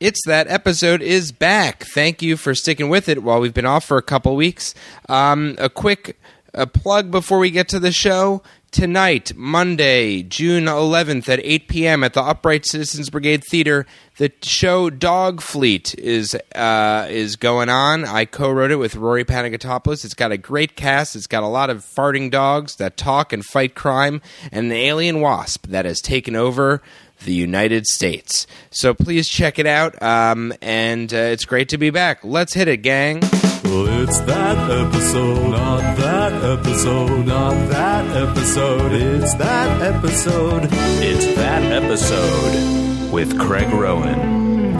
It's that episode is back. Thank you for sticking with it while we've been off for a couple weeks. Um, a quick a plug before we get to the show. Tonight, Monday, June 11th at 8 p.m. at the Upright Citizens Brigade Theater, the show Dog Fleet is uh, is going on. I co-wrote it with Rory Panagiotopoulos. It's got a great cast. It's got a lot of farting dogs that talk and fight crime, and an alien wasp that has taken over the United States. So please check it out, um, and uh, it's great to be back. Let's hit it, gang. Well, it's that episode, not that episode, not that episode. It's that episode. It's that episode with Craig Rowan.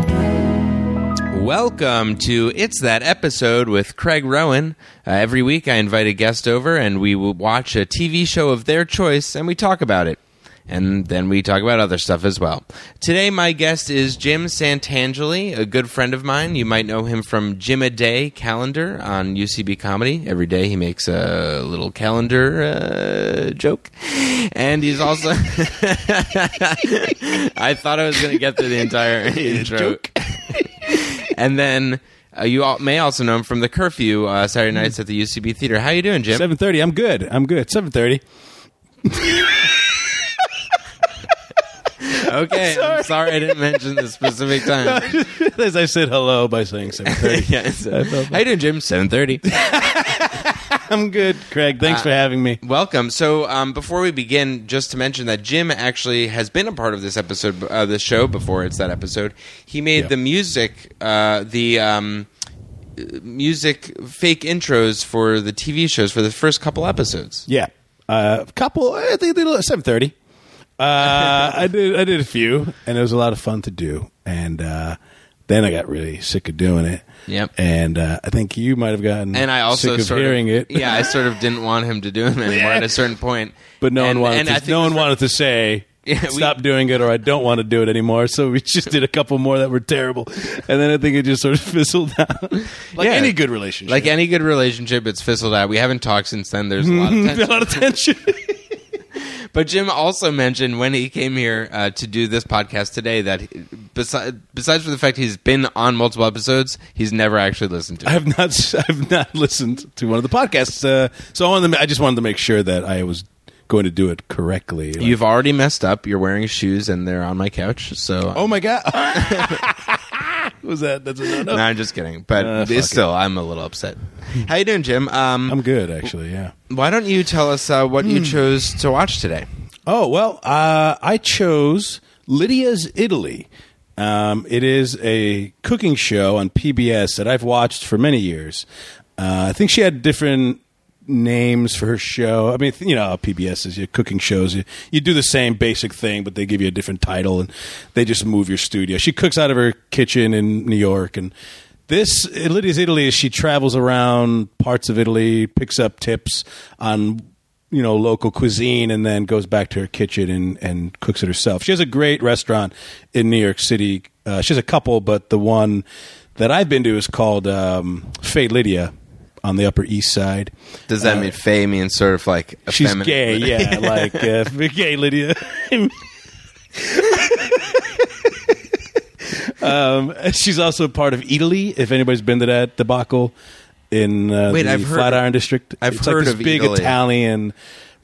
Welcome to It's That Episode with Craig Rowan. Uh, every week I invite a guest over and we will watch a TV show of their choice and we talk about it. And then we talk about other stuff as well. Today my guest is Jim Santangeli, a good friend of mine. You might know him from Jim a Day calendar on UCB Comedy. Every day he makes a little calendar uh, joke. And he's also I thought I was going to get through the entire intro and then uh, you all, may also know him from the curfew uh, Saturday Hmm. nights at the UCB Theater. How you doing, Jim? Seven thirty. I'm good. I'm good. Seven thirty. okay, I'm sorry. I didn't mention the specific time. As I said hello by saying seven thirty. Yeah, so- how you doing, Jim? Seven thirty. I'm good, Craig. Thanks for having me. Welcome. So, um, before we begin, just to mention that Jim actually has been a part of this episode, uh, this show before. It's that episode. He made Yeah. the music, uh, the um, music fake intros for the TV shows for the first couple episodes. Yeah, a couple. I think they seven thirty. Uh, I did. I did a few, and it was a lot of fun to do. And uh, then I got really sick of doing it. Yep. And uh, I think you might have gotten and I also sick of sort hearing of, it. Yeah, I sort of didn't want him to do them anymore at a certain point. But no And- one wanted. and I to, think no this one was- wanted to say Yeah, we- stop doing it, or I don't want to do it anymore. So we just did a couple more that were terrible, and then I think it just sort of fizzled out. like Yeah. any good relationship, Like any good relationship, it's fizzled out. We haven't talked since then. There's a lot of a tension. lot of tension. But Jim also mentioned when he came here uh, to do this podcast today that, he, besides, besides for the fact he's been on multiple episodes, he's never actually listened to. I it. have not. I've not listened to one of the podcasts. Uh, so I, wanted to, ma- I just wanted to make sure that I was going to do it correctly. Like, You've already messed up. You're wearing shoes, and they're on my couch. So oh my god, was that? That's a no-no. no, I'm just kidding. But Uh, fuck it's still, I'm a little upset. How you doing, Jim? Um, I'm good actually. Yeah. why don't you tell us uh, what Hmm. you chose to watch today? Oh well, uh, I chose Lydia's Italy. Um, it is a cooking show on PBS that I've watched for many years. Uh, I think she had different names for her show. I mean, th- you know, how PBS is your cooking shows. You, you do the same basic thing, but they give you a different title, and they just move your studio. She cooks out of her kitchen in New York, and this Lydia's Italy is she travels around parts of Italy, picks up tips on you know local cuisine and then goes back to her kitchen and, and cooks it herself. She has a great restaurant in New York City. Uh, she has a couple, but the one that I've been to is called um, Fay Lydia on the Upper East Side. Does that mean Faye means sort of like a Uh, She's gay, yeah, like uh, gay Lydia. um, she's also part of Italy. If anybody's been to that debacle in uh, Wait, the I've heard- Flatiron District, I've it's heard like this of big Italy. Italian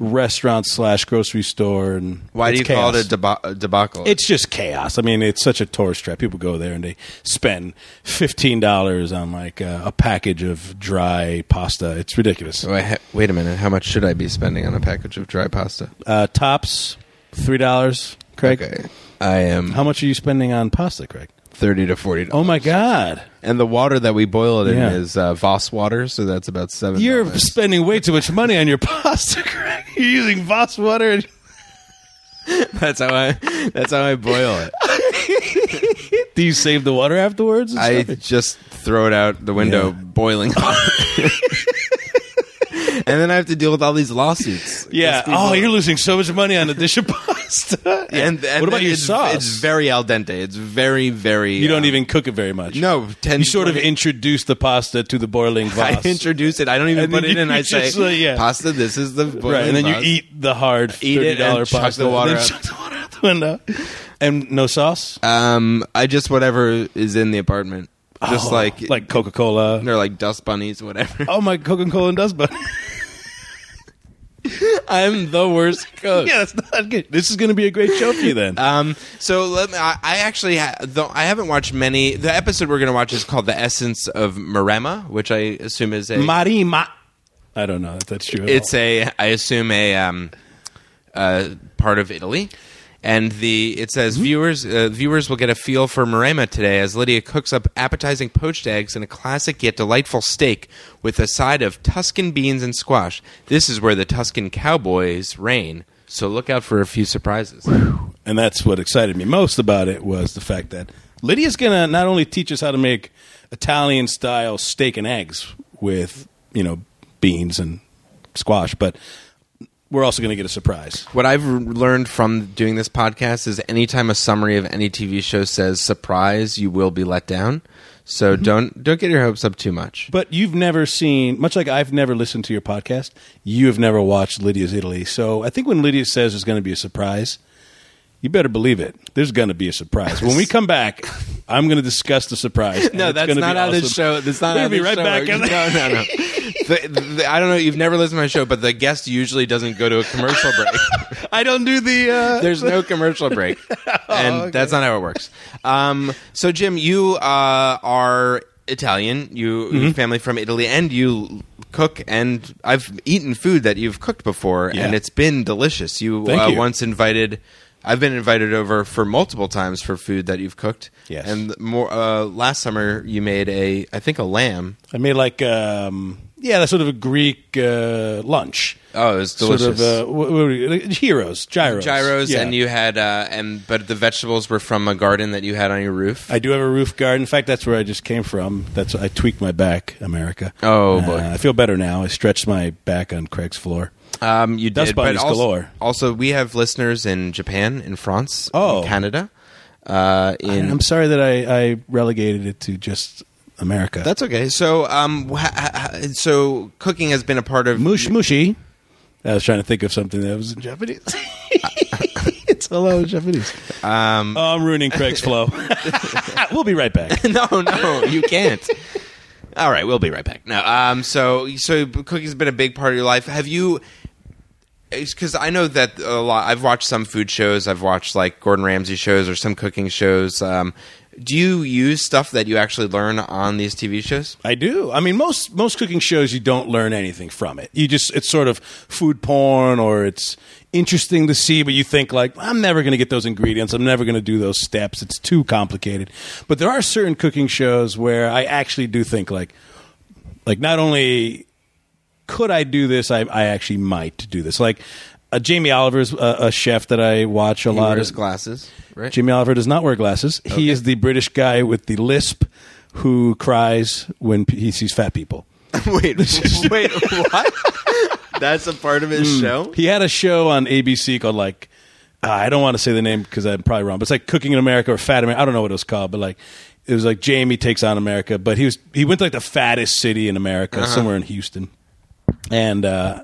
restaurant slash grocery store. And Why do it's you call chaos. it a, deba- a debacle? It's just chaos. I mean, it's such a tourist trap. People go there and they spend fifteen dollars on like uh, a package of dry pasta. It's ridiculous. Wait, ha- wait a minute. How much should I be spending on a package of dry pasta? Uh, tops three dollars. Craig, Okay, I am how much are you spending on pasta, Craig? thirty to forty. Oh my God, And the water that we boil it in Yeah. is uh, Voss water, so that's about seven. you're dollars. spending way too much money on your pasta, Craig. You're using Voss water. And- that's how I. That's how I boil it. Do you save the water afterwards? and I stuff? just throw it out the window, Yeah. boiling hot. and then I have to deal with all these lawsuits. yeah. Because people- Oh, you're losing so much money on a dish of pasta. And, and what about then your it's, sauce? It's very al dente. It's very, very. you don't um, even cook it very much. No, 10 you sort of 20 introduce the pasta to the boiling I Voss. introduce it. I don't even And put then it in. you I say, just, uh, yeah. pasta, this is the Right, and then you Voss." eat the hard Eat thirty it and dollar chuck pasta. the water and out. then chuck the water out the window. And no sauce? Um, I just whatever is in the apartment, just Oh, like like Coca Cola. they're like dust bunnies, whatever. Oh my Coca Cola and Dust Bunny. I'm the worst cook. yeah, that's not good. This is going to be a great show for you then. Um, so let me, I, I actually ha- though I haven't watched many. The episode we're going to watch is called "The Essence of Maremma," which I assume is a Marima. I don't know if that's true. at it's all. a I assume a um, uh, part of Italy. And the it says viewers uh, viewers will get a feel for Maremma today as Lydia cooks up appetizing poached eggs and a classic yet delightful steak with a side of Tuscan beans and squash. This is where the Tuscan cowboys reign. So look out for a few surprises. and that's what excited me most about it was the fact that Lydia's going to not only teach us how to make Italian style steak and eggs with, you know, beans and squash, but we're also going to get a surprise. What I've r- learned from doing this podcast is anytime a summary of any TV show says surprise, you will be let down. So don't don't get your hopes up too much. But you've never seen, much like I've never listened to your podcast, you have never watched Lydia's Italy. So I think when Lydia says there's going to be a surprise, you better believe it. There's going to be a surprise. When we come back, I'm going to discuss the surprise. and No, it's that's gonna be not how this awesome. show. That's not We're how gonna this be show right back. works. No, no, no. The- the- I don't know. You've never listened to my show, but the guest usually doesn't go to a commercial break. I don't do the. Uh, There's no commercial break, Oh, and that's not how it works. Um, so, Jim, you uh, are Italian. You Mm-hmm. your family from Italy, and you cook. And I've eaten food that you've cooked before, Yeah. and it's been delicious. You, Thank uh, you. once invited. I've been invited over for multiple times for food that you've cooked. Yes. and more uh, last summer you made a, I think a lamb. I made like, um, yeah, that's sort of a Greek uh, lunch. Oh, it was delicious. Sort of uh, what, what were you- like, gyros, gyros, gyros, Yeah. and you had, uh, and but the vegetables were from a garden that you had on your roof. I do have a roof garden. In fact, that's where I just came from. That's I tweaked my back, America. Oh, Uh, boy. I feel better now. I stretched my back on Craig's floor. Um, you Dust did, but bunnies also, galore. Also, we have listeners in Japan, in France, in Oh. Canada. Uh, in And I'm sorry that I, I relegated it to just America. that's okay. So, um, wha- ha- ha- so cooking has been a part of mush mushy. I was trying to think of something that was in Japanese. it's hello in Japanese. Um, oh, I'm ruining Craig's flow. we'll be right back. no, no, you can't. All right, we'll be right back. No, um, so so cooking's been a big part of your life. Have you? Because I know that a lot. I've watched some food shows. I've watched like Gordon Ramsay shows or some cooking shows. Um, do you use stuff that you actually learn on these TV shows? I do. I mean, most most cooking shows you don't learn anything from it. You just it's sort of food porn, or it's interesting to see, but you think like I'm never going to get those ingredients. I'm never going to do those steps. It's too complicated. But there are certain cooking shows where I actually do think like like not only could I do this, I, I actually might do this. Like uh, Jamie Oliver's a, a chef that I watch a He lot. wears glasses, right? Jimmy Oliver does not wear glasses. He is the British guy with the lisp who cries when p- he sees fat people. wait, wait, what? Hmm. That's a part of his show. He had a show on ABC called like uh, I don't want to say the name because I'm probably wrong, but it's like Cooking in America or Fat America. I don't know what it was called, but like it was like Jamie takes on America. But he was he went to like the fattest city in America, Uh-huh. somewhere in Houston, and uh,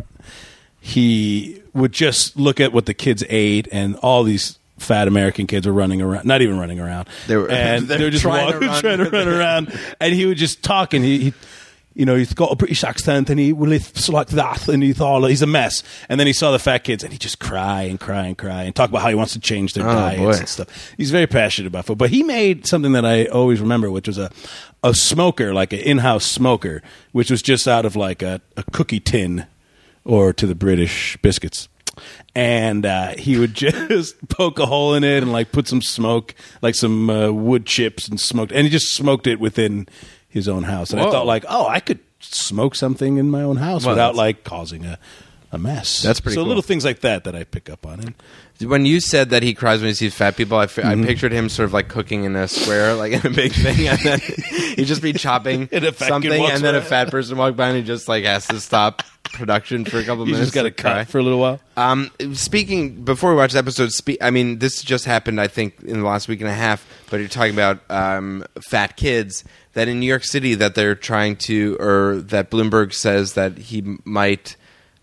he would just look at what the kids ate and all these. Fat American kids were running around, not even running around. They were- and they they were were just trying to walking, run. trying to run around, and he would just talk, and he, he you know, he's got a British accent, and he well, it's like that, and he thought oh, he's a mess, and then he saw the fat kids, and he just cry and cry and cry and talk about how he wants to change their diets boy. and stuff. He's very passionate about food, but he made something that I always remember, which was a a smoker, like an in-house smoker, which was just out of like a, a cookie tin, or to the British biscuits. And uh, he would just poke a hole in it and like put some smoke, like some uh, wood chips and smoked, and he just smoked it within his own house. And I Whoa. thought, like, oh, I could smoke something in my own house Well, without that's- like causing a, a mess. That's pretty So cool. little things like that that I pick up on. And When you said that he cries when he sees fat people, I fi- I pictured him sort of like cooking in a square, like in a big thing, and then he'd just be chopping And a fat kid something, walks and then a by. fat person walked by and he just like has to stop production for a couple you minutes. just got to cry. cut for a little while. Um, speaking before we watch the episode, spe- I mean, this just happened, I think, in the last week and a half. But you're talking about um, fat kids that in New York City that they're trying to, or that Bloomberg says that he m- might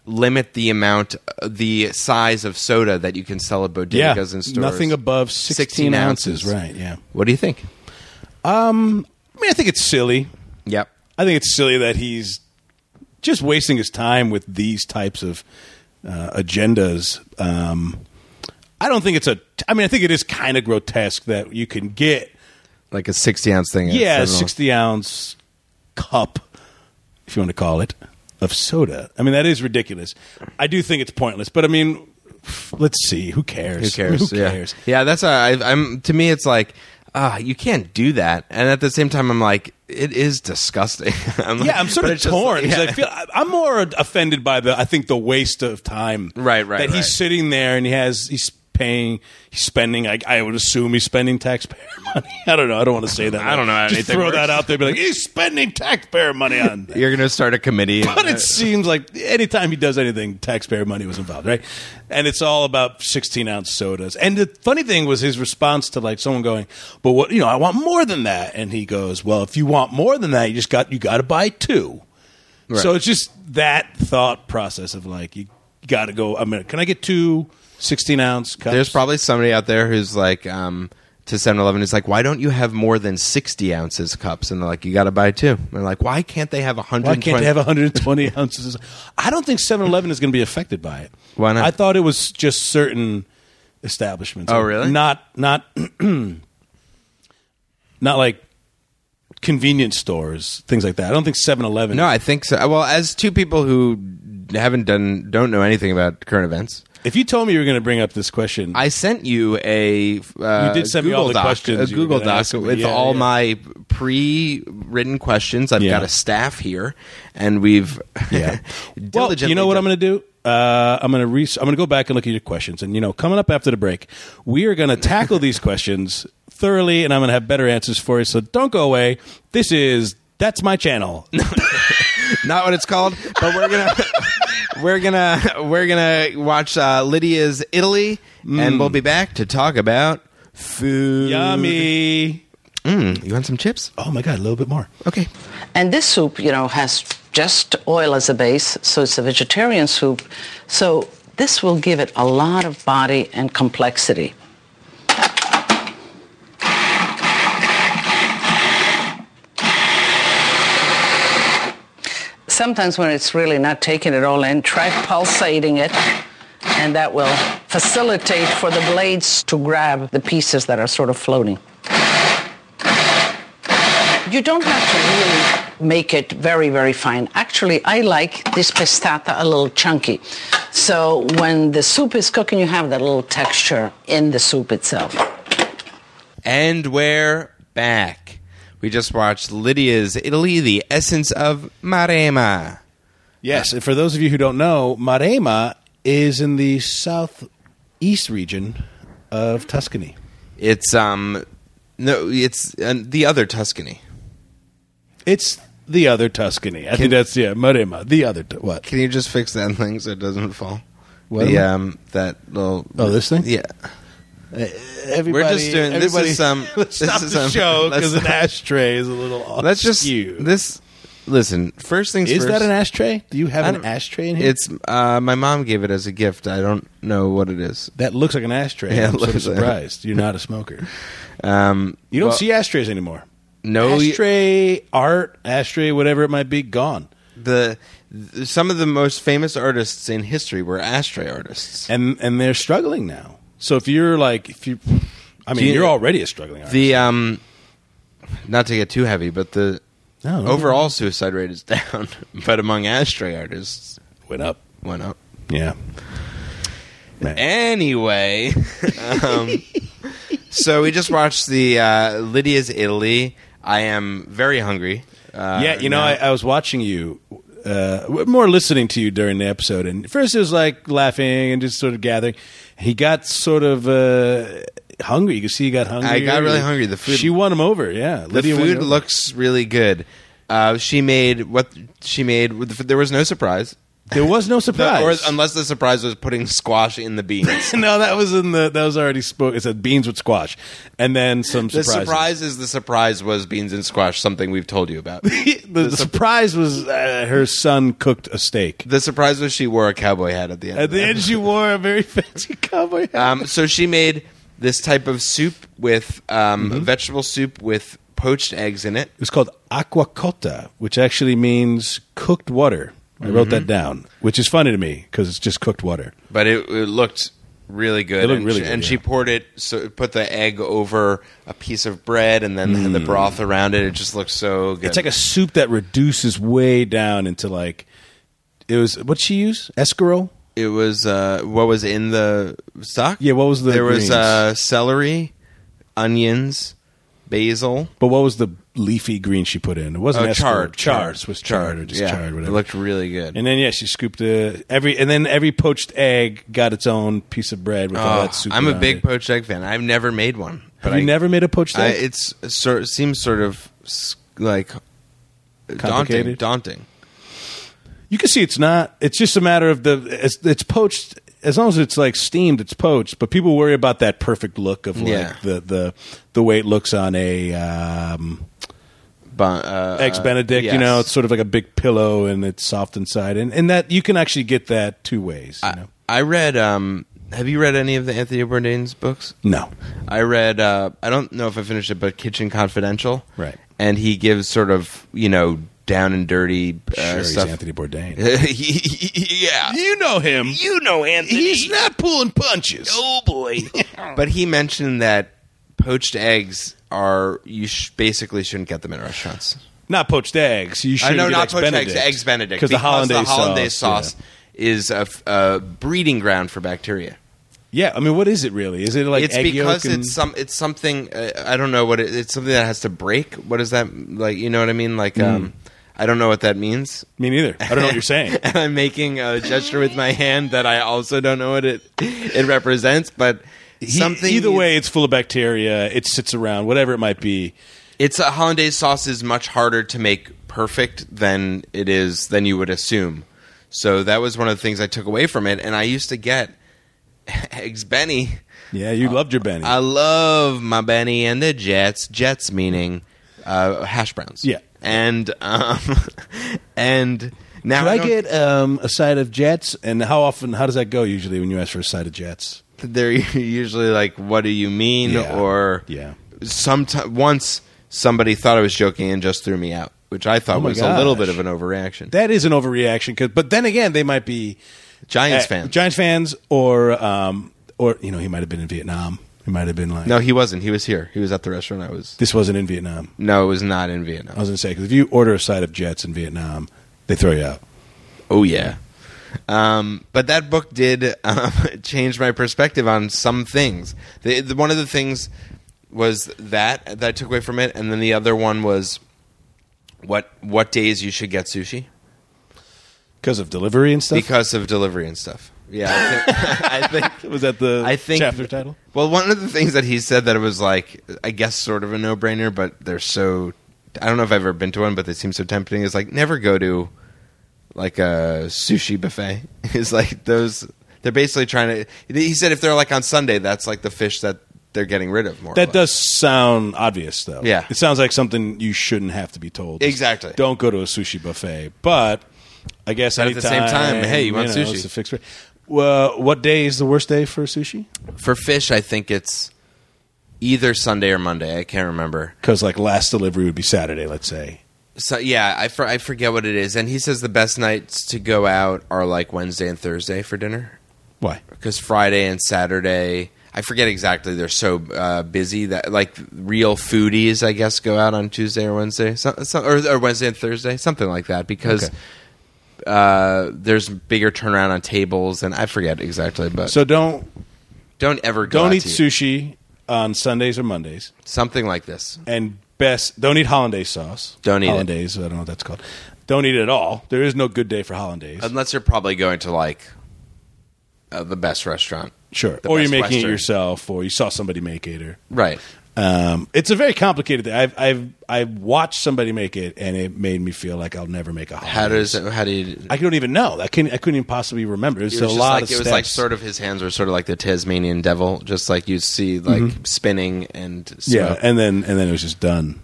limit the amount, uh, the size of soda that you can sell at bodegas yeah, and stores. nothing above 16, 16 ounces. ounces. Right, yeah. What do you think? I mean, I think it's silly. Yep. I think it's silly that he's just wasting his time with these types of uh, agendas. Um, I don't think it's a. I mean, I think it is kind of grotesque that you can get Like a 60 ounce thing. at yeah, a 7-Eleven. sixty ounce cup, if you want to call it, of soda. I mean, that is ridiculous. I do think it's pointless, but I mean, let's see. Who cares? Who cares? Who yeah. cares? Yeah, that's a, I, I'm. To me, it's like ah, you can't do that. And at the same time, I'm like, it is disgusting. I'm like- Yeah, I'm sort but of it's just torn. like- 'cause yeah. I feel I- I'm more offended by the I think the waste of time. Right, right, That right. he's sitting there and he has he's paying, he's spending. I, I would assume he's spending taxpayer money. I don't know. I don't want to say that. I don't know how Just anything throw works. that out there. Be like, he's spending taxpayer money on. That. You're gonna start a committee. Uh, But it seems like anytime he does anything, taxpayer money was involved, right? And it's all about 16 ounce sodas. And the funny thing was his response to like someone going, "But what? You know, I want more than that." And he goes, "Well, if you want more than that, you just got you got to buy two. So it's just that thought process of like you got to go. I mean, can I get two 16 ounce cups? There's probably somebody out there who's like um, to 7-Eleven is like, why don't you have more than 60 ounces cups? And they're like, you got to buy two. And they're like, why can't they have 100? Why can't they have 120 ounces? I don't think 7 Eleven is going to be affected by it. Why not? I thought it was just certain establishments. Oh, really? Not, not, not like convenience stores, things like that. I don't think 7 Eleven. No, I think so. Well, as two people who haven't done don't know anything about current events, If you told me you were going to bring up this question, I sent you a uh, You did send me Google all the Doc, questions a you were Google gonna Doc ask me. with Yeah, all yeah. my pre-written questions. I've Yeah. got a staff here, and we've yeah. well, diligently you know what done- I'm going to do? Uh, I'm going to re- I'm going to go back and look at your questions, and you know, coming up after the break, we are going to tackle these questions thoroughly, and I'm going to have better answers for you. So don't go away. This is that's my channel. not what it's called, but we're gonna we're gonna we're gonna watch uh, Lydia's Italy, Mm. and we'll be back to talk about food. Yummy. Mm, you want some chips? Oh my god, a little bit more. Okay. And this soup, you know, has just oil as a base, so it's a vegetarian soup. So this will give it a lot of body and complexity. Sometimes when it's really not taking it all in, try pulsating it, and that will facilitate for the blades to grab the pieces that are sort of floating you don't have to really make it very, very fine. Actually, I like this pastata a little chunky. So when the soup is cooking, you have that little texture in the soup itself. And we're back. We just watched Lydia's Italy, the essence of Maremma. Yes, and for those of you who don't know, Maremma is in the southeast region of Tuscany. It's um no, it's uh, the other Tuscany. It's the other Tuscany. I think that's yeah, Maremma, the other t- what? Can you just fix that thing so it doesn't fall? What the, am I- um that little Oh, this thing? Yeah. Everybody, just doing- this everybody- is, um, let's this stop is, the um, show let's because an ashtray is a little. off Let's just skew. this listen, first things is first. that an ashtray? Do you I have an don't- ashtray in here? It's uh, my mom gave it as a gift. I don't know what it is. that looks like an ashtray. Yeah, it I'm sort of looks like- surprised. You're not a smoker. Um, You don't well, see ashtrays anymore. no ashtray art, ashtray, whatever it might be, gone. the th- some of the most famous artists in history were ashtray artists. and and they're struggling now. So if you're like if you, I mean, Do you- you, are already a struggling artist. The um, not to get too heavy, but the No, no. overall suicide rate is down, but among ashtray artists went up. went up. Yeah. Man. Anyway, um, so we just watched the uh, Lydia's Italy. I am very hungry. Uh, yeah, you know, I, I was watching you, uh, w- more listening to you during the episode, and first it was like laughing and just sort of gathering. He got sort of uh, hungry. You could see he got hungry. I got really hungry. The food- She won him over. Yeah, the Lydia won you food over. looks really good. Uh, she made what she made. There was no surprise. There was no The- surprise. or unless the surprise was putting squash in the beans. no, that was in the that was already spoke. It said beans with squash, and then some the surprises. surprise is the surprise was beans and squash, something we've told you about. the, the surprise was uh, her son cooked a steak. the surprise was she wore a cowboy hat at the end. At of the that. end, she wore a very fancy cowboy hat. Um, so she made this type of soup with um, Mm-hmm. vegetable soup with poached eggs in it. It was called aquacotta, which actually means cooked water. I wrote Mm-hmm. that down, which is funny to me because it's just cooked water. but it, it looked really good. It looked and really she, good, and yeah. she poured it, so put the egg over a piece of bread, and then the broth around it. It just looked so good. Mm. It's like a soup that reduces way down into like it was. What she use? Escarole. it was uh, what was in the stock. Yeah, what was the there was greens? uh, celery, onions, basil. But what was the leafy green she put in? It wasn't Oh, escarole. chard, chard, Swiss chard, or just yeah, chard, whatever. It looked really good. and then yeah, she scooped the every, and then every poached egg got its own piece of bread with all Oh, that soup. I'm a around big it. poached egg fan. I've never made one. But Have you I- never made a poached I, egg? it's sort seems sort of s- like daunting. Complicated? Daunting. you can see it's not. It's just a matter of the. It's, it's poached. As long as it's like steamed, it's poached. But people worry about that perfect look of like Yeah. the, the the way it looks on a um, Bon- uh, eggs Benedict. You yes. know, it's sort of like a big pillow and it's soft inside, and and that you can actually get that two ways. You know? I read. Um, have you read any of the Anthony Bourdain's books? No, I read. Uh, I don't know if I finished it, but Kitchen Confidential. Right. And he gives sort of you know down and dirty uh, sure, he's stuff. Anthony Bourdain. yeah. You know him. You know Anthony. He's not pulling punches. oh boy. but he mentioned that poached eggs are you sh- basically shouldn't get them in restaurants. Not poached eggs. You should I know get not eggs poached Benedict. eggs. Eggs Benedict because the hollandaise, hollandaise sauce. sauce is a, f- a breeding ground for bacteria. Yeah. Yeah, I mean, what is it really? Is it like it's egg because yolk and- it's some it's something uh, I don't know what it, it's something that has to break. What is that like? You know what I mean? Like Mm. um, I don't know what that means. Me neither. I don't know what you're saying. And I'm making a gesture with my hand that I also don't know what it it represents, but something Something. Either way, it's full of bacteria. It sits around, whatever it might be. it's a hollandaise sauce is much harder to make perfect than it is than you would assume. So that was one of the things I took away from it, and I used to get eggs Benny. Yeah, you loved your Benny. I love my Benny and the Jets. Jets meaning uh, hash browns. Yeah. and um, and now Could I don't- get um, a side of Jets? And how often? How does that go usually when you ask for a side of Jets? they're usually like, "What do you mean?" Yeah. Or Yeah. sometime once somebody thought I was joking and just threw me out, which I thought Oh my was a little bit gosh. of an overreaction. That is an overreaction. 'cause- but then again, they might be Giants eh, fan. Giants fans, or um, or you know, he might have been in Vietnam. He might have been like, no, he wasn't. He was here. He was at the restaurant. I was. this wasn't in Vietnam. No, it was not in I Vietnam. was going to say because if you order a side of Jets in Vietnam, they throw you out. Oh yeah. Um, but that book did um, change my perspective on some things. The, the, one of the things was that that I took away from it, and then the other one was what what days you should get sushi Because of delivery and stuff. because of delivery and stuff. Yeah, I think, I think was that the I think chapter title? Well, one of the things that he said that it was like, I guess, sort of a no-brainer, but they're so. I don't know if I've ever been to one, but they seem so tempting. Is like never go to like a sushi buffet. Is like those. They're basically trying to. He said if they're like on Sunday, that's like the fish that they're getting rid of. More or That less. does sound obvious, though. Yeah. it sounds like something you shouldn't have to be told. Exactly. Don't go to a sushi buffet, but I guess But at the same anytime, time, hey, you want know, sushi. It's a fixed rate. Well, what day is the worst day for sushi? for fish. I think it's either Sunday or Monday. I can't remember. Because like last delivery would be Saturday, let's say. So yeah, I for, I forget what it is. And he says the best nights to go out are like Wednesday and Thursday for dinner. Why? because Friday and Saturday, I forget exactly. They're so uh, busy that like real foodies, I guess, go out on Tuesday or Wednesday, so, so, or, or Wednesday and Thursday, something like that. Because Okay. uh, there's bigger turnaround on tables, and I forget exactly. But So don't don't ever go don't out eat to sushi on Sundays or Mondays. Something like this. and best don't eat hollandaise sauce. Don't eat it. hollandaise. I don't know what that's called. Don't eat it at all. There is no good day for hollandaise. Unless you're probably going to like uh, the best restaurant, sure, the or you're best making it Western. yourself, or you saw somebody make it, or right? Um, it's a very complicated thing. I've I've I've watched somebody make it, and it made me feel like I'll never make a holiday. How does how do you? I don't even know. I can I couldn't even possibly remember. It was, It a was, just lot like, of it was like steps. sort of his hands were sort of like the Tasmanian devil, just like you see like spinning and Mm-hmm. yeah, smoke. and then and then it was just done.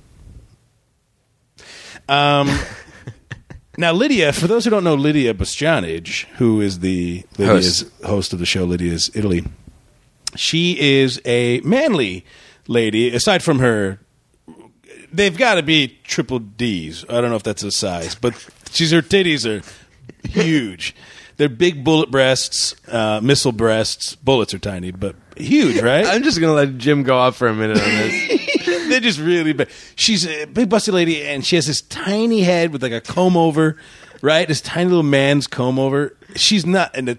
Um, now Lydia, for those who don't know Lydia Bastianage, who is the Lydia's host. of the show Lydia's Italy, she is a manly lady. Aside from her, they've got to be triple D's. I don't know if that's a size, but she's her titties are huge. They're big bullet breasts, uh, missile breasts. Bullets are tiny, but huge, right? I'm just gonna let Jim go off for a minute on this. They're just really bad. She's a big busty lady, and she has this tiny head with like a comb over, right? This tiny little man's comb over. She's not, and the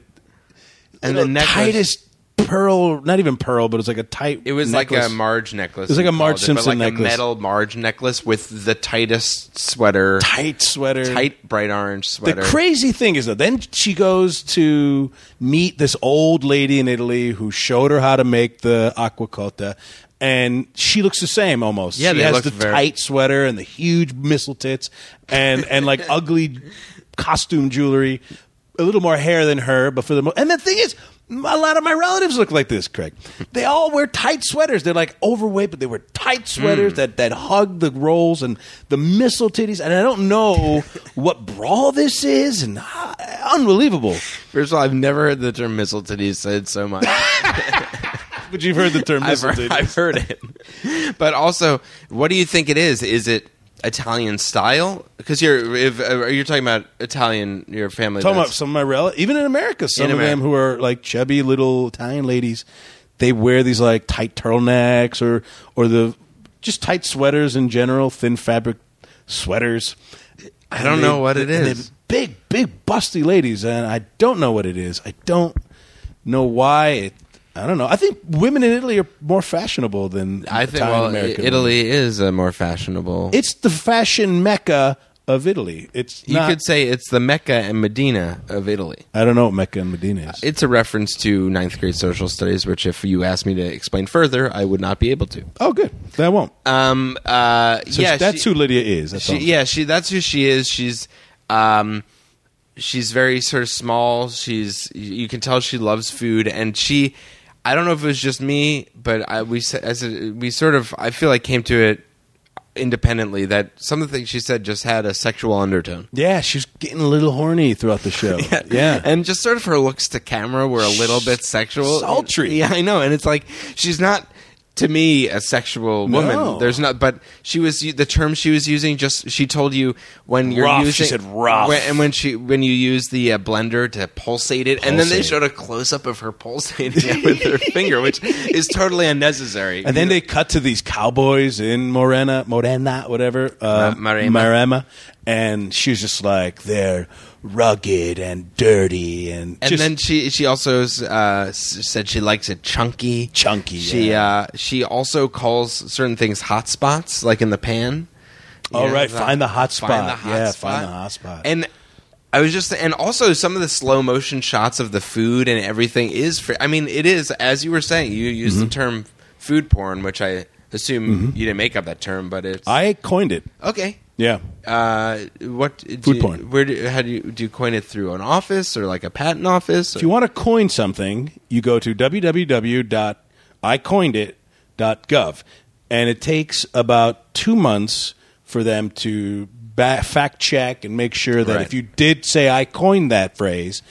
And the the necklace- tightest pearl, not even pearl, but it was like a tight. It was necklace. like a Marge necklace. It was like we a Marge called it, but Simpson like a necklace. metal Marge necklace with the tightest sweater, tight sweater, tight bright orange The sweater. crazy thing is though, then she goes to meet this old lady in Italy who showed her how to make the aquacotta, and she looks the same almost. Yeah, she they has look the very- tight sweater and the huge missile tits, and and like ugly costume jewelry, a little more hair than her, but for the most. And the thing is. A lot of my relatives look like this, Craig. They all wear tight sweaters. They're like overweight, but they wear tight sweaters that, that hug the rolls and the missile titties. And I don't know what brawl this is, and uh, unbelievable. First of all, I've never heard the term missile titties said so much. But you've heard the term I've, missile heard, titties. I've heard it. But also, what do you think it is? Is it Italian style? Because you're if, uh, you're talking about Italian, your family. Talking about that's- some of my relatives, even in America, some In of them America. who are like chubby little Italian ladies, they wear these like tight turtlenecks or or the just tight sweaters in general, thin fabric sweaters. I don't know what it and they- is. Big, big, busty ladies, and I don't know what it is. I don't know why. It, I don't know. I think women in Italy are more fashionable than I think Italian well, American. I- Italy is a more fashionable. It's the fashion mecca of Italy. It's you not- could say it's the Mecca and Medina of Italy. I don't know what Mecca and Medina is. It's a reference to ninth grade social studies, which, if you asked me to explain further, I would not be able to. oh, good. Then I won't. Um, uh, So yeah, that's she- who Lydia is. That's She, all. yeah, she. That's who she is. She's, um, she's very sort of small. She's. You can tell she loves food, and she. I don't know if it was just me, but I we s- as a, we sort of I feel like came to it independently that some of the things she said just had a sexual undertone. Yeah, she's getting a little horny throughout the show. yeah. And just sort of her looks to camera were a little bit sexual. Sultry. Yeah, I know. And it's like she's not to me a sexual woman. No. There's not but she was the term she was using just she told you when you're Rough. She using said rough. when- and when she when you use the uh, blender to pulsate it and then they Pulsate. showed a close up of her pulsating it with her finger which is totally unnecessary. and then they cut to these cowboys in Morena, Morena, whatever, uh, Ma- Maremma. Maremma, and she's just like they're rugged and dirty and and just- then she she also uh, s- said she likes it chunky, Chunky, She yeah. uh, she also calls certain things hot spots, like in the pan. Oh, right, find the Find hot spot. the hot Yeah, spot. find the hot spot. And I was just and also some of the slow motion shots of the food and everything is. fr- I mean, it is as you were saying. You used Mm-hmm. the term food porn, which I assume you didn't make up that term, but it's I coined it. okay. Yeah, Uh, what food porn. Where do, how do you do you coin it through an office or like a patent office? if you want to coin something, you go to www.icoinedit.gov, and it takes about two months for them to ba- fact check and make sure that Right. if you did say I coined that phrase,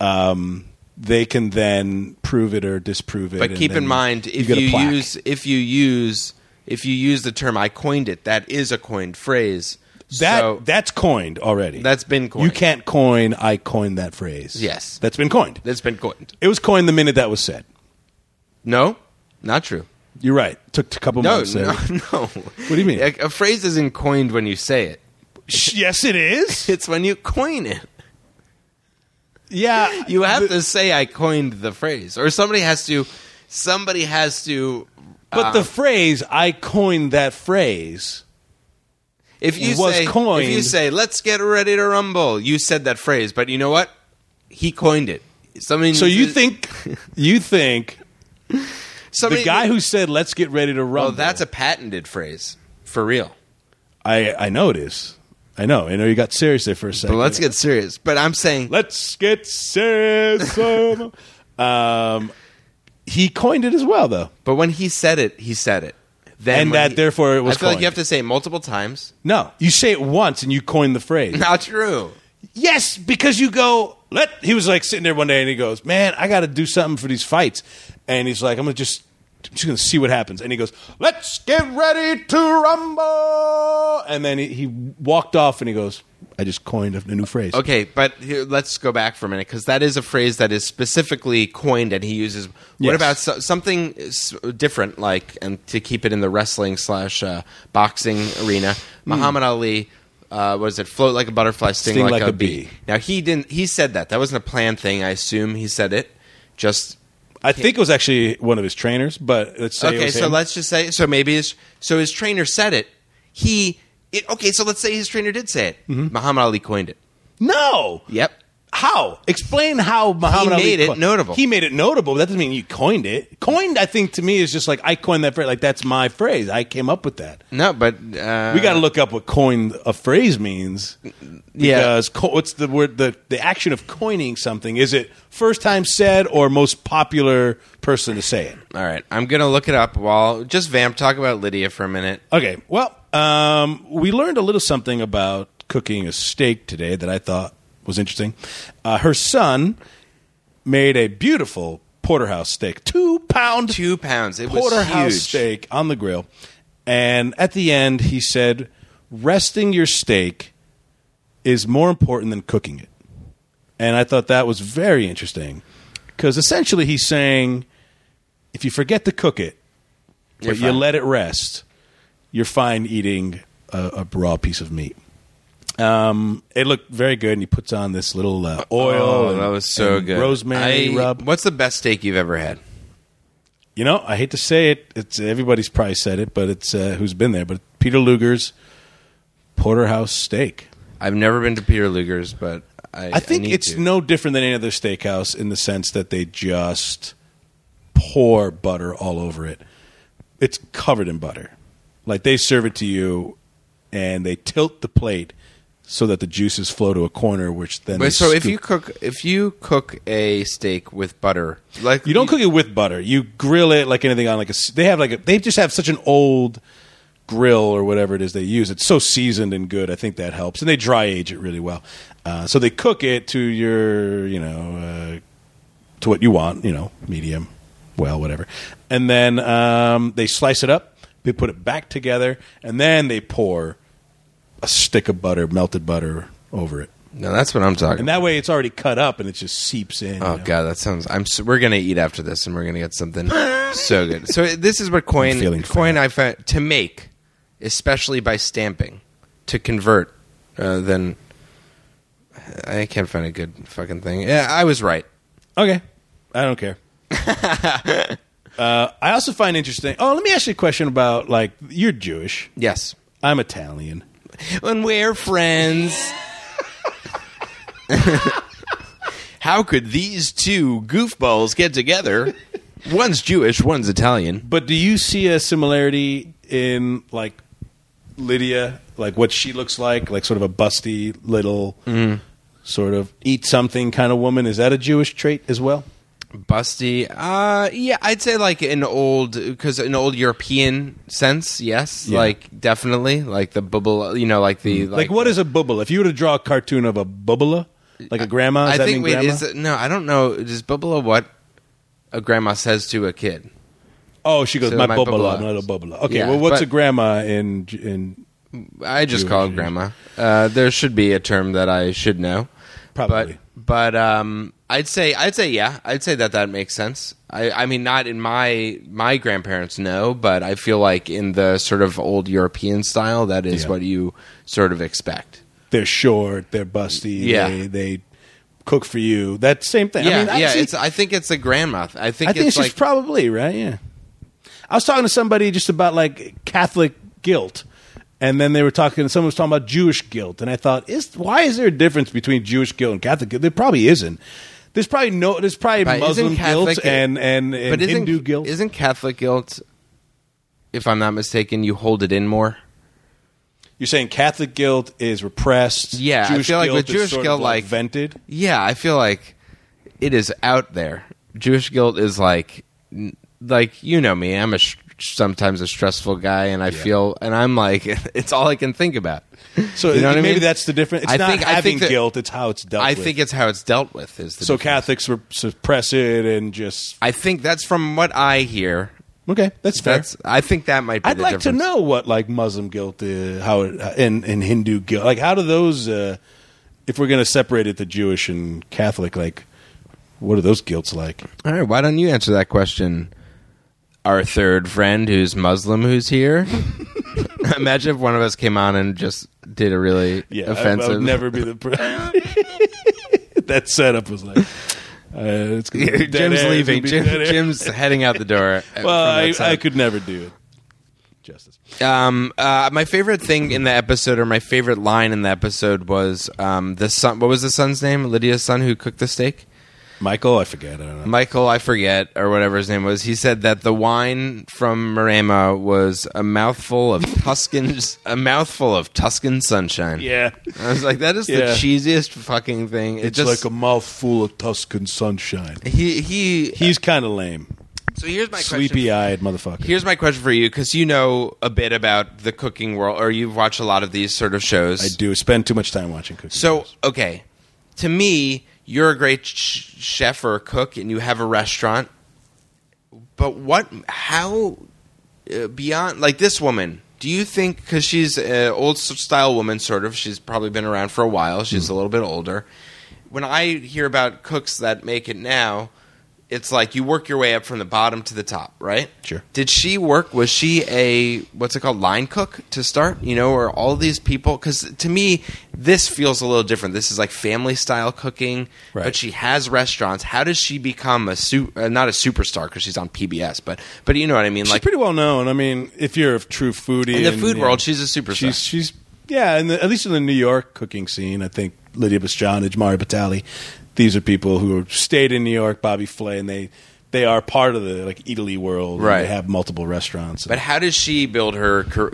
um, they can then prove it or disprove it. But and keep then in mind, if you, get a plaque. use if you use if you use the term "I coined it," that is a coined phrase. that, So- that's coined already. That's been coined. You can't coin I coined that phrase. Yes. that's been coined. that's been coined. It was coined the minute that was said. No, not true. You're right. Took a couple No, months. there. no, no. What do you mean? A, a phrase isn't coined when you say it. Sh- yes, it is. It's when you coin it. Yeah, You have to say "I coined the phrase," or somebody has to. Somebody has to. But Uh, the phrase "I coined that phrase." If you was say, if you coined- say, "Let's get ready to rumble," you said that phrase. But you know what? He coined it. Somebody So you needs to- think you think Somebody- the guy who said "Let's get ready to rumble." Well, Oh, that's a patented phrase for real. I I know it is. I know. I know you got serious there for a But second. let's get serious. But I'm saying let's get serious. um, um, he coined it as well, though. But when he said it, he said it. Then And when that, he- therefore, it was I feel like coined. you have to say it multiple times. No, you say it once and you coin the phrase. Not true. Yes, because you go. Let he was like sitting there one day and he goes, "Man, I got to do something for these fights," and he's like, "I'm gonna just." I'm just gonna see what happens, and he goes, "Let's get ready to rumble." And then he, he walked off, and he goes, "I just coined a new phrase." Okay, but here, let's go back for a minute because that is a phrase that is specifically coined and he uses. What Yes. about so, something s- different, like and to keep it in the wrestling slash uh, boxing arena? Muhammad Ali. Uh, was it float like a butterfly, Hmm. sting, like, a, bee. Now he didn't. He said that. That wasn't a planned thing. I assume he said it. Just I think it was actually one of his trainers, but let's say it okay, was so him. let's just say so maybe his so his trainer said it. He it, okay, so let's say his trainer did say it. Mm-hmm. Muhammad Ali coined it. no, Yep. How? Explain how Muhammad Ali made it coined- notable. He made it notable. But that doesn't mean you coined it. Coined, I think, to me is just like I coined that phrase. Like that's my phrase. I came up with that. No, but uh, we got to look up what coin a phrase means. Because co- what's the word? The the action of coining something is it first time said or most popular person to say it? All right, I'm gonna look it up while just vamp talk about Lydia for a minute. Okay. Well, um, we learned a little something about cooking a steak today that I thought was interesting. Uh, her son made a beautiful porterhouse steak, two pound, Two pounds. It was porterhouse huge. steak on the grill. And at the end, he said, "Resting your steak is more important than cooking it." And I thought that was very interesting because essentially he's saying, if you forget to cook it, You're but you fine. let it rest, you're fine eating a, a raw piece of meat. Um, it looked very good, and he puts on this little uh, oil. Oh, and- that was so and good. Rosemary I- rub. What's the best steak you've ever had? You know, I hate to say it. It's everybody's probably said it, but it's uh, who's been there. But Peter Luger's porterhouse steak. I've never been to Peter Luger's, but I, I think need it's to. no different than any other steakhouse in the sense that they just pour butter all over it. It's covered in butter. Like they serve it to you and they tilt the plate so that the juices flow to a corner, which then. they But so if scoop- you cook if you cook a steak with butter, like You don't cook it with butter. You grill it like anything on like a. s- They have like a. They just have such an old grill or whatever it is they use. It's so seasoned and good. I think that helps, and they dry age it really well. Uh, so they cook it to your, you know, uh, to what you want. You know, medium, well, whatever. And then um, they slice it up. They put it back together, and then they pour a stick of butter, melted butter, over it. No, that's what I'm talking. And about. that way, it's already cut up, and it just seeps in. you Oh know? god, that sounds. I'm. s we're gonna eat after this, and we're gonna get something so good. So this is what I'm coin feeling coin fat. I found to make, especially by stamping, to convert. Uh, then I can't find a good fucking thing. Yeah, I was right. Okay. I don't care. uh, I also find interesting. Oh, let me ask you a question about like you're Jewish. Yes, I'm Italian. and we're friends. How could these two goofballs get together? One's Jewish, one's Italian. But do you see a similarity in like Lydia, like what she looks like, like sort of a busty little Mm-hmm. sort of eat something kind of woman? Is that a Jewish trait as well? busty uh yeah i'd say like an old because an old european sense yes Yeah. Mm-hmm. like definitely like the bubble you know like the Like, what is a bubble? If you were to draw a cartoon of a bubble, like a grandma, does i that think mean grandma? is it- no i don't know is bubble what a grandma says to a kid oh, she goes, So my, my bubble, bubble. my little bubble. Okay, Yeah, well, what's but- a grandma in in i just Jewish, call it Jewish. grandma uh there should be a term that i should know Probably. but but um i'd say i'd say yeah i'd say that that makes sense i i mean not in my my grandparents no but i feel like in the sort of old european style that is Yeah. what you sort of expect they're short, they're busty, Yeah. they, they cook for you. That same thing. Yeah, I mean, I yeah. see- it's. I think it's a grandma. th- I think I think it's she's like. probably right. Yeah, I was talking to somebody just about like Catholic guilt, and then they were talking. Someone was talking about Jewish guilt, and I thought, is why is there a difference between Jewish guilt and Catholic guilt? There probably isn't. There's probably no. There's probably But isn't Muslim guilt Catholic- and and, and but isn't, Hindu guilt. Isn't Catholic guilt, if I'm not mistaken, you hold it in more? You're saying Catholic guilt is repressed. Yeah, I Jewish feel like guilt with is Jewish sort guilt, of like like- vented. Yeah, I feel like it is out there. Jewish guilt is like, n- like you know me. I'm a sh- sometimes a stressful guy, and I feel, and I'm like, it's all I can think about. So You know what I maybe mean? that's the difference. It's I not think- I having think that- guilt; it's how it's dealt. I with. think it's how it's dealt with. Is the so. difference. Catholics re- suppress it and just I think that's from what I hear. okay. That's fair. That's I think that might. be I'd the like difference. to know what like Muslim guilt is, how it, and and Hindu guilt. Like how do those? Uh, if we're going to separate it to Jewish and Catholic, like what are those guilts like? All right, why don't you answer that question? Our third friend who's Muslim who's here. Imagine if one of us came on and just did a really Yeah, I- offensive. I, would never be the. Pre- that setup was like. Uh, it's gonna be dead air, Jim's it's gonna leaving. be Jim, dead air. Jim's heading out the door. Well, from I, that I side. could never do it. Justice. Um, uh, my favorite thing in the episode, or my favorite line in the episode, was um, the son. What was the son's name? Lydia's son who cooked the steak. Michael, I forget. I don't know. Michael, I forget, or whatever his name was, he said that the wine from Marama was a mouthful of Tuscan, a mouthful of Tuscan sunshine. Yeah. I was like, that is the Yeah. cheesiest fucking thing. It It's just like a mouthful of Tuscan sunshine. he he. He's kind of lame. so here's my Sleepy Question. eyed motherfucker. Here's my question for you, because you know a bit about the cooking world, or you've watched a lot of these sort of shows. I do spend too much time watching cooking. So shows. okay, to me, you're a great sh- chef or cook, and you have a restaurant. But what? How uh, beyond like this woman? Do you think because she's an old s- style woman, sort of? She's probably been around for a while. Hmm. She's a little bit older. When I hear about cooks that make it now, it's like you work your way up from the bottom to the top, right? Sure. Did she work? Was she a what's it called line cook to start? You know, or all these people? Because to me, this feels a little different. This is like family style cooking, Right. but she has restaurants. How does she become a su- uh, not a superstar because she's on PBS, but but you know what I mean? she's like pretty well known. I mean, if you're a true foodie in the and, food you world, know, she's a superstar. she's she's yeah, and at least in the New York cooking scene, I think Lydia Bastianich, Mario Batali, these are people who stayed in New York. Bobby Flay, and they they are part of the like Italy world. and Right. they have multiple restaurants. but how does she build her car-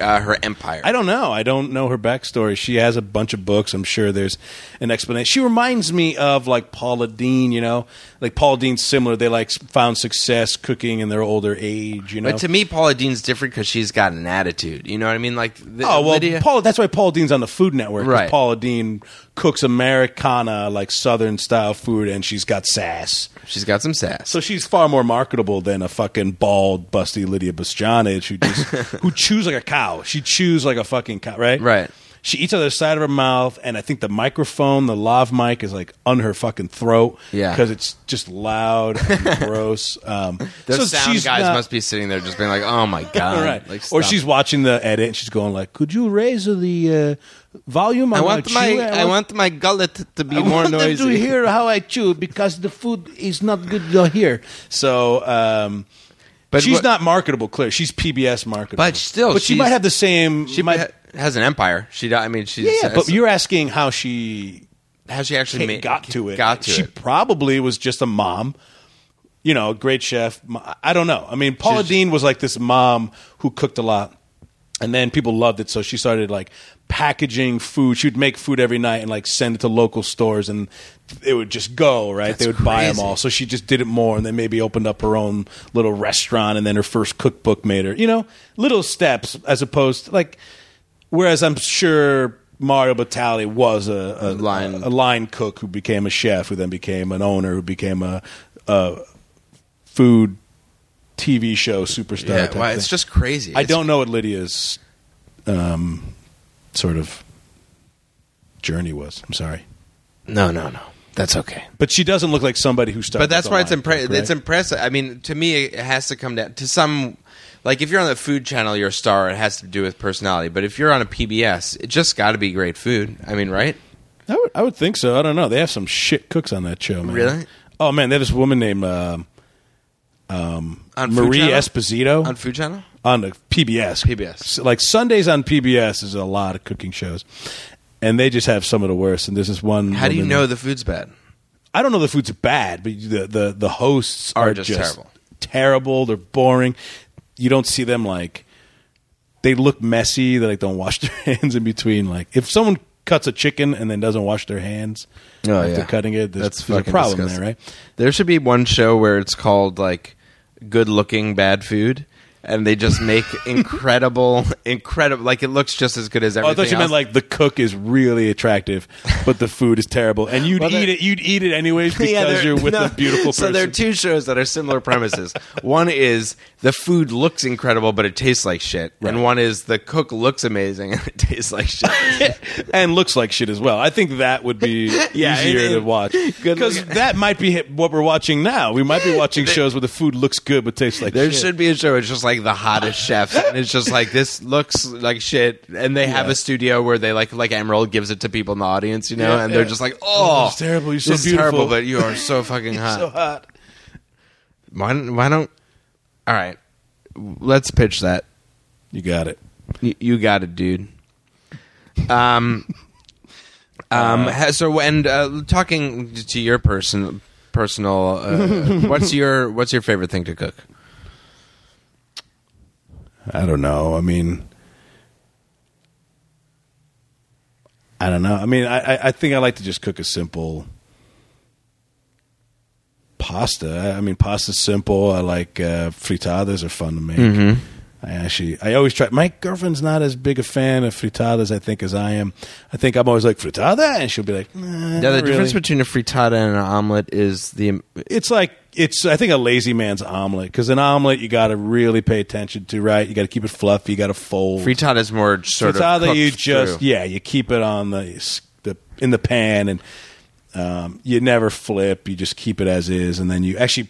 uh, her empire? I don't know. I don't know her backstory. She has a bunch of books. I'm sure there's an explanation. She reminds me of like Paula Dean. You know, like Paula Dean's similar. They like s- found success cooking in their older age. You know. But to me, Paula Dean's different because she's got an attitude. You know what I mean? Like, the, Oh well, Lydia- Paul. That's why Paul Dean's on the Food Network. 'cause Right. Paula Dean cooks Americana, like Southern style food, and she's got sass. she's got some sass. So she's far more marketable than a fucking bald, busty Lydia Bastianich who just who chews like a cow. She chews like a fucking cow, right? Right. She eats out of the side of her mouth, and I think the microphone, the lav mic, is like on her fucking throat. Yeah. because it's just loud and gross. Um, Those so sound she's guys not- must be sitting there just being like, "Oh my god!" All right. Like, or stop. she's watching the edit and she's going like, "Could you raise the uh, volume? I on want chew? my I want my gullet to be I more want them to noisy. hear how I chew because the food is not good to hear." So, um, But she's what- not marketable. Clear, she's PBS marketable, But still, but she she's- might have the same. She might, ha- has an empire. She, do- I mean, she's yeah, yeah, but you're asking how she how she actually ca- made, got to it. Got to she it. probably was just a mom. You know, a great chef. M- I don't know. I mean, Paula She's- Dean was like this mom who cooked a lot, and then people loved it, so she started like packaging food. She would make food every night and like send it to local stores, and it would just go right. they would buy them crazy. all. So she just did it more, and then maybe opened up her own little restaurant, and then her first cookbook made her. You know, little steps as opposed to like. Whereas I'm sure Mario Batali was a, a Line- a line cook who became a chef, who then became an owner, who became a, a food TV show superstar. Yeah, type wow, thing. it's just crazy. I It's- don't know what Lydia's um, sort of journey was. I'm sorry, No, no, no. That's okay. but she doesn't look like somebody who But started. that's the why it's line impre- cook, right? it's impressive. I mean, to me, it has to come down to some. Like if you're on the food channel, you're a star. It has to do with personality. But if you're on a PBS, it just got to be great food. I mean, right? I would, I would think so. I don't know. They have some shit cooks on that show, man. Really? Oh man, they have this woman named um, On Food Marie Channel? Esposito on Food Channel. on the PBS. PBS. S- Like Sundays on PBS is a lot of cooking shows. And they just have some of the worst. And there's this one. How do you woman- know the food's bad? I don't know the food's bad, but the the the hosts Are are, just terrible. terrible. They're boring. You don't see them like they look messy. They like don't wash their hands in between. Like if someone cuts a chicken and then doesn't wash their hands after cutting it, there's, Oh, that's there's a fucking problem disgusting. there, right? There should be one show where it's called like "Good Looking Bad Food," and they just make incredible, incredible. Like it looks just as good as Oh, I everything. thought you meant else. like the cook is really attractive, but the food is terrible, and you'd Well, eat that- it. You'd eat it anyways because there- you're with no. a beautiful person. So there are two shows that are similar premises. one is the food looks incredible, but it tastes like shit, and one is the cook looks amazing and it tastes like shit. and looks like shit as well. I think that would be Yeah, easier and- to and- watch good because look- that might be hi- what we're watching now. We might be watching shows where the food looks good but tastes like There shit. should be a show. It's just like the hottest chefs, and it's just like this looks like shit. And they have a studio where they like like Emerald gives it to people in the audience, you know, Yeah, and they're yeah. just like, Oh, oh, this is terrible. You're so this is terrible, beautiful." but you are so fucking hot. so hot. Why don't, why don't? All right, let's pitch that. You got it. You, you got it, dude. Um, Uh, um. ha- so and uh, talking to your person, personal. Uh, what's your What's your favorite thing to cook? I don't know. I mean, I don't know. I mean, I, I- I think I like to just cook a simple pasta. I- I mean, pasta's simple. I like uh, frittatas are fun to make. Mm-hmm. I actually, I always try. My girlfriend's not as big a fan of frittatas, I think, as I am. I think I'm always like frittata, and she'll be like, nah, Now, the not difference really." between a frittata and an omelet is the um, it's like it's I think a lazy man's omelet because an omelet you got to really pay attention to, right? You got to keep it fluffy, you got to fold. frittata is more sort it's of either cooked you just through. yeah you keep it on the, the in the pan and um, you never flip you just keep it as is and then you actually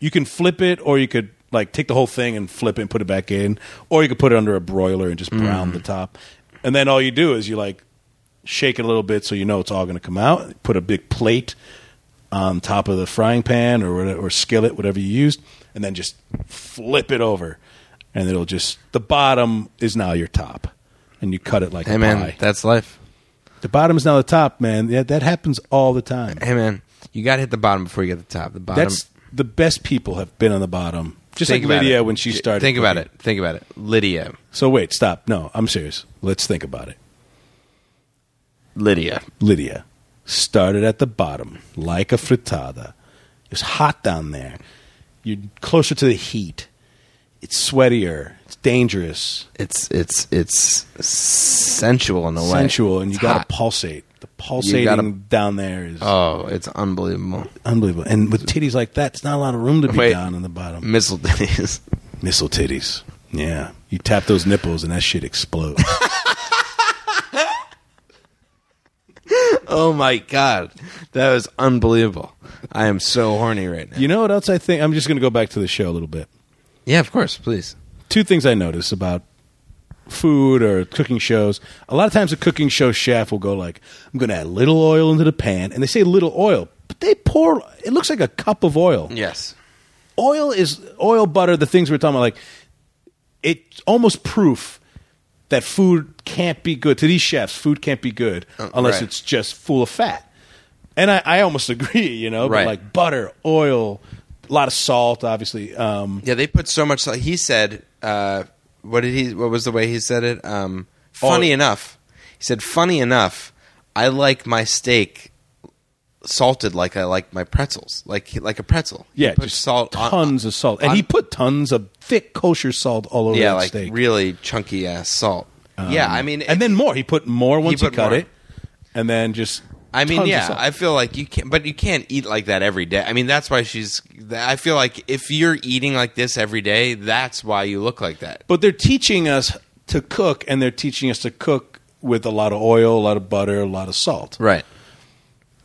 you can flip it or you could like take the whole thing and flip it and put it back in or you could put it under a broiler and Mm-hmm. just brown the top and then all you do is you like shake it a little bit so you know it's all going to come out put a big plate on top of the frying pan or whatever, or skillet whatever you used and then just flip it over and it'll just the bottom is now your top and you cut it like Hey a man, pie. that's life. the bottom is now the top, man. That that happens all the time. Hey man, you got to hit the bottom before you get the top. The bottom. That's the best people have been on the bottom. Just Think like about Lydia it. when she J- started. Think about it. cooking. Think about it. Lydia. So wait, stop. No, I'm serious. Let's think about it. Lydia. Lydia started at the bottom like a frittata. It was hot down there. You're closer to the heat. It's sweatier. It's dangerous. It's it's it's sensual in a way. sensual, and you It's got hot. to pulsate. The You pulsating gotta- down there is Oh, it's unbelievable. unbelievable. And with titties like that, there's not a lot of room to be Wait. down in the bottom. Missile days. Missile titties. Yeah. You tap those nipples and that shit explodes. Oh my god, that was unbelievable. I am so horny right now. you know what else I think? I'm just going to go back to the show a little bit. yeah, of course. Please. Two things I notice about food or cooking shows. A lot of times a cooking show chef will go like, I'm going to add little oil into the pan. And they say little oil, but they pour, it looks like a cup of oil. Yes. oil is oil butter the things we're talking about like it's almost proof that food can't be good to these chefs food can't be good unless Oh, right. it's just full of fat and i, I almost agree you know Right. but like butter oil a lot of salt obviously um, Yeah, they put so much. He said, uh, "What did he? What was the way he said it?" Um, funny Oh. enough, he said, "Funny enough, I like my steak salted like I like my pretzels, like like a pretzel." He yeah put just salt, on- tons of salt and on- he put tons of thick kosher salt all over yeah, that like steak Um, really chunky ass salt. yeah, I mean, and then more he put more once he, put cut more. it and then just I mean, tons of yeah, salt. I feel like you can't, but you can't eat like that every day. I mean, that's why she's. I feel like if you're eating like this every day, that's why you look like that. But they're teaching us to cook, and they're teaching us to cook with a lot of oil, a lot of butter, a lot of salt. Right.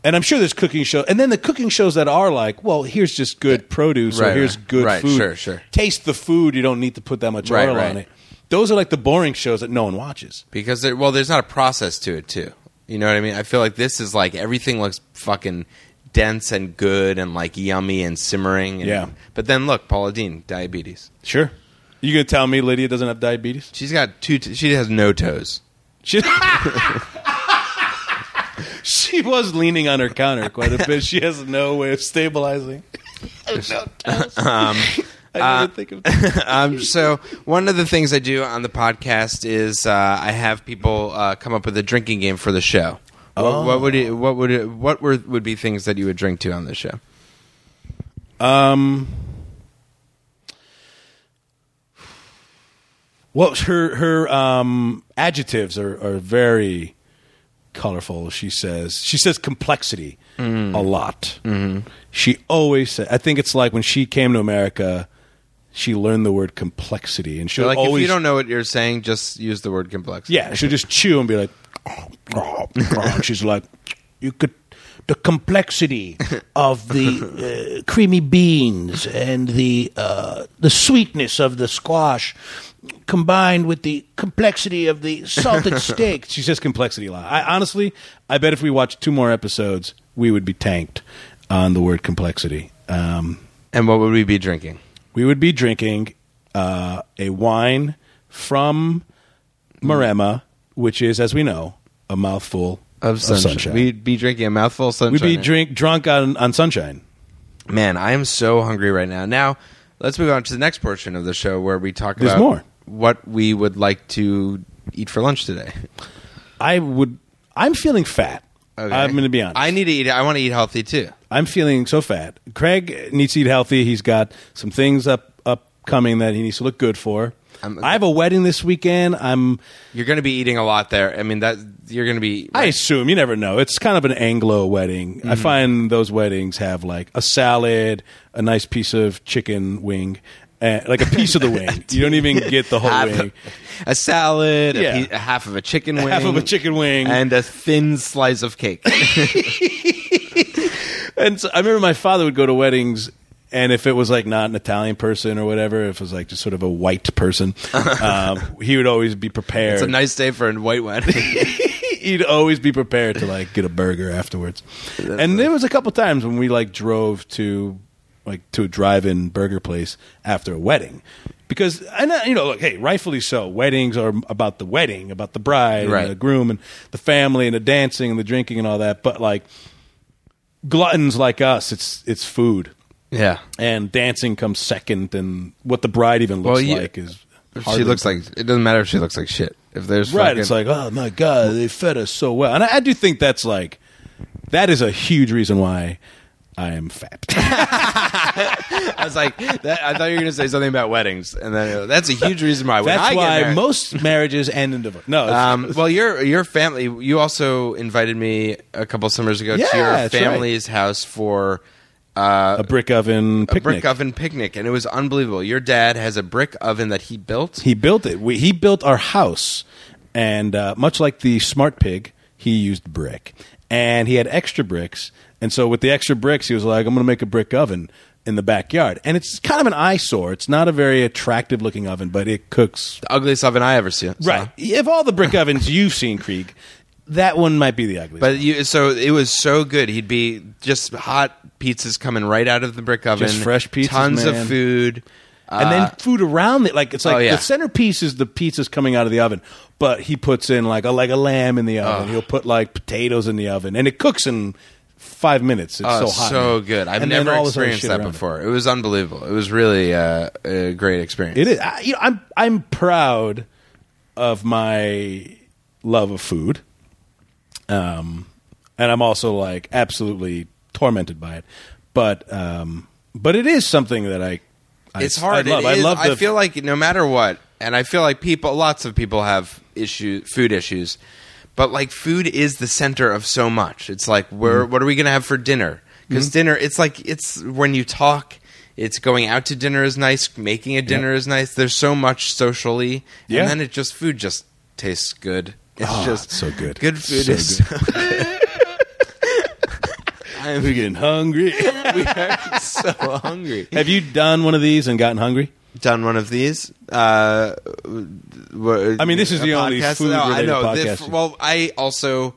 And I'm sure there's cooking shows, and then the cooking shows that are like, well, here's just good produce, Right, or here's right. good Right, food. sure, sure. Taste the food. You don't need to put that much Right, oil right. on it. Those are like the boring shows that no one watches. because there, well, there's not a process to it too. You know what I mean? I feel like this is like everything looks fucking dense and good and like yummy and simmering. And, Yeah. But then look, Paula Dean, diabetes. Sure. You gonna tell me Lydia doesn't have diabetes? She's got two. T- she has no toes. She, she was leaning on her counter quite a bit. She has no way of stabilizing. I uh, didn't think of that. um, so one of the things I do on the podcast is uh, I have people uh, come up with a drinking game for the show. What, what would you, what would it, what were, would be things that you would drink to on the show? Well, her her um, adjectives are, are very colorful. She says she says complexity Mm. a lot. Mm-hmm. She always said. I think it's like when she came to America, she learned the word complexity, and she Like if always you don't know what you're saying, just use the word complex. Yeah, she'll just chew and be like, and she's like, you could. The complexity of the uh, creamy beans and the uh, the sweetness of the squash, combined with the complexity of the salted steak. She says complexity a lot. I, honestly, I bet if we watched two more episodes, we would be tanked on the word complexity. Um, And what would we be drinking? we would be drinking uh, a wine from Maremma, which is, as we know, a mouthful Of sunshine. We'd, We'd be drinking a mouthful of sunshine. be drink drunk on, on sunshine. Man, I am so hungry right now. Now, let's move on to the next portion of the show where we talk There's about more. what we would like to eat for lunch today. I would. I'm feeling fat. Okay. I'm going to be honest. I need to eat. I want to eat healthy too. I'm feeling so fat. Craig needs to eat healthy. He's got some things up upcoming that he needs to look good for. I'm- I have a wedding this weekend. I'm. You're going to be eating a lot there. I mean, that you're going to be. I assume you never know. It's kind of an Anglo wedding. Mm-hmm. I find those weddings have like a salad, a nice piece of chicken wing, uh, like a piece of the wing. You don't even get the whole Half wing. a, a salad, Yeah. a, piece, a half of a chicken wing, half of a chicken wing. and a thin slice of cake. And so I remember my father would go to weddings, and if it was like not an Italian person or whatever, if it was like just sort of a white person, um, he would always be prepared. it's a nice day for a white wedding. he'd always be prepared to like get a burger afterwards. and there was a couple times when we like drove to like to a drive-in burger place after a wedding because and uh, you know look hey rightfully so weddings are about the wedding about the bride Right. and the groom and the family and the dancing and the drinking and all that but like gluttons like us it's it's food yeah, and dancing comes second and what the bride even looks Well, you- like is she harder looks to- like it doesn't matter if she looks like shit. If there's Right. fucking- It's like, oh my God, they fed us so well. And I, I do think that's like, that is a huge reason why I am fat. I was like, that, I thought you were going to say something about weddings, and then that's a huge reason why. When I that's get why married- most marriages end in divorce. No. it's- Um, well, your your family. You also invited me a couple summers ago Yeah, to your that's right. family's house for uh, a brick oven a picnic. brick oven picnic, and it was unbelievable. Your dad has a brick oven that he built. He built it. We, he built our house, and uh, much like the smart pig, he used brick, and he had extra bricks. And so with the extra bricks, he was like, "I'm going to make a brick oven in the backyard." And it's kind of an eyesore. It's not a very attractive looking oven, but it cooks the ugliest oven I ever see. saw. Right. If all the brick ovens you've seen, Krieg, that one might be the ugliest. But you, so it was so good. He'd be just hot pizzas coming right out of the brick oven, fresh pizzas, tons man. of food, and then food around it, like it's like uh, oh, yeah. the centerpiece is the pieces coming out of the oven. But he puts in like a like a lamb in the oven. He'll put like potatoes in the oven, and it cooks in five minutes. It's Oh, so hot, man. good. I've And then never all this other experienced shit that around it. before. It. was unbelievable. It was really uh, a great experience. It is. I, you know, I'm I'm proud of my love of food, um, and I'm also like absolutely tormented by it. But um, but it is something that I. I It's hard. I love. It is- I love. The, feel like no matter what, and I feel like people, lots of people have issue, food issues, but like food is the center of so much. It's like, where, Mm. what are we going to have for dinner? Because dinner, it's like it's when you talk. It's going out to dinner is nice. Making a dinner is nice. There's so much socially, Yeah. and then it just food just tastes good. It's Ah, just so good. Good food So is. I'm we're getting hungry. so hungry. Have you done one of these and gotten hungry? done one of these. Uh, w- I mean, this is a the only podcast? Oh, I food-related know. podcast. This- well, I also.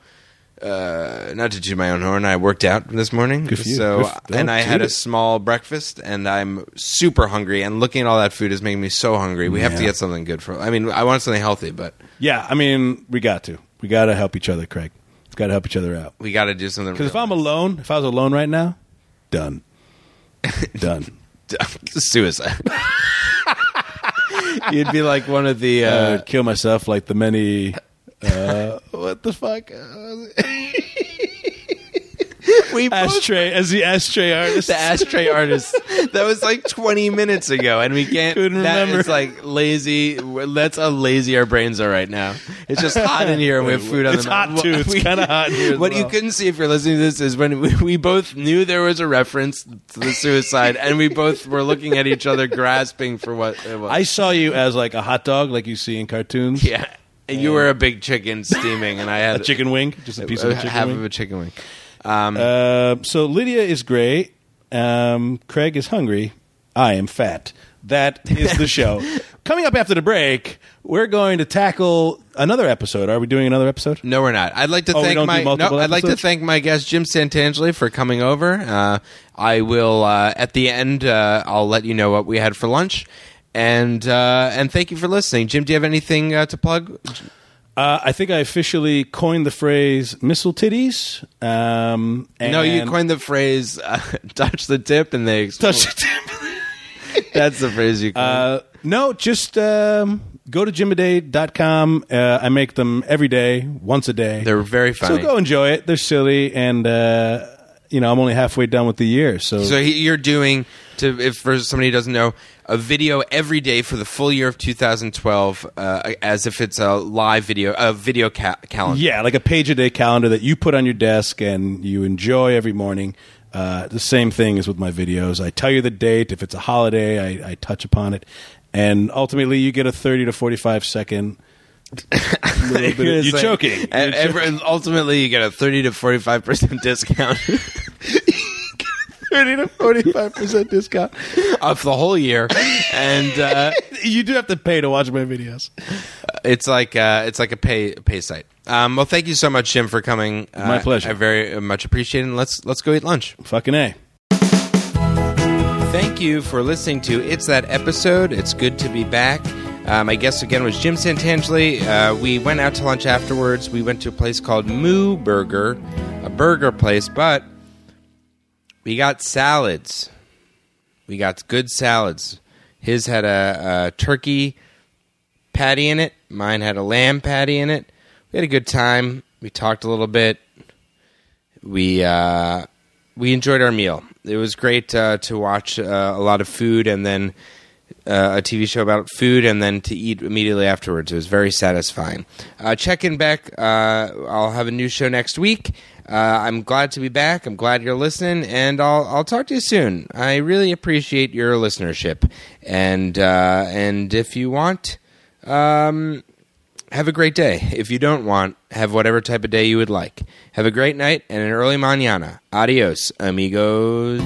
Uh, not to toot my own horn, I worked out this morning, Good for you. so Good f- oh, don't and I had toot a it. small breakfast, and I'm super hungry. And looking at all that food is making me so hungry. We have to Yeah. get something good for. I mean, I want something healthy, but Yeah, I mean, we got to. We got to help each other, Craig. Got to help each other out. We got to do something. Because if real. I'm alone, if I was alone right now, done, done. suicide. You'd be like one of the. Uh, I would kill myself like the many. uh, what the fuck? we both Ashtray as the ashtray artist. the ashtray artist. That was like 20 minutes ago, and we can't. Couldn't that remember. is, like lazy. That's how lazy our brains are right now. It's just hot in here, and we have food on It's the mouth. hot too. It's We- kind of hot in here. as What you well. couldn't see if you're listening to this is when we, we both knew there was a reference to the suicide, and we both were looking at each other, grasping for what it was. I saw you as like a hot dog, like you see in cartoons. yeah, and you were a big chicken steaming, and I had a chicken wing, just a piece of a chicken half wing. of a chicken wing. Um, Uh, so Lydia is great. Um, Craig is hungry. I am fat. That is the show. Coming up after the break, we're going to tackle another episode. Are we doing another episode? No, we're not. I'd like to Oh, we thank don't do my no, multiple I'd like to episodes? thank my guest Jim Santangeli for coming over. Uh, I will uh, at the end. Uh, I'll let you know what we had for lunch, and uh, and thank you for listening. Jim, do you have anything uh, to plug? Uh, I think I officially coined the phrase "missile titties." Um, and no, you coined the phrase uh, "touch the tip" and they explode. Touch the tip. That's the phrase you. Coined. Uh, no, just um, go to jimaday.com. Uh, I make them every day, once a day. They're very funny. So go enjoy it. They're silly, and uh, you know I'm only halfway done with the year, so, so he- you're doing to if for somebody who doesn't know a video every day for the full year of 2012, uh, as if it's a live video, a video ca- calendar. yeah, like a page a day calendar that you put on your desk and you enjoy every morning. Uh, the same thing is with my videos. I tell you the date. If it's a holiday, I, I touch upon it, and ultimately you get a thirty to forty-five second. little bit of- It's you're like- joking. And, e-, every- and ultimately, you get a thirty to forty-five percent discount Thirty to forty-five percent discount. off the whole year, and uh, You do have to pay to watch my videos. it's like uh, it's like a pay pay site. Um, well, thank you so much, Jim, for coming. Uh, My pleasure. I very much appreciate it. And let's let's go eat lunch. Fucking a. Thank you for listening to It's That Episode. It's good to be back. Uh, my guest again was Jim Santangeli. Uh, we went out to lunch afterwards. We went to a place called Moo Burger, a burger place, but we got salads. We got good salads. His had a, a turkey patty in it, mine had a lamb patty in it. We had a good time. We talked a little bit we uh, we enjoyed our meal. It was great uh, to watch uh, a lot of food and then uh, a TV show about food and then to eat immediately afterwards. It was very satisfying. Uh, check in back. Uh, I'll have a new show next week. Uh, I'm glad to be back. I'm glad you're listening, and I'll I'll talk to you soon. I really appreciate your listenership, and uh, and if you want um, have a great day. If you don't want, have whatever type of day you would like. Have a great night and an early mañana. Adios, amigos.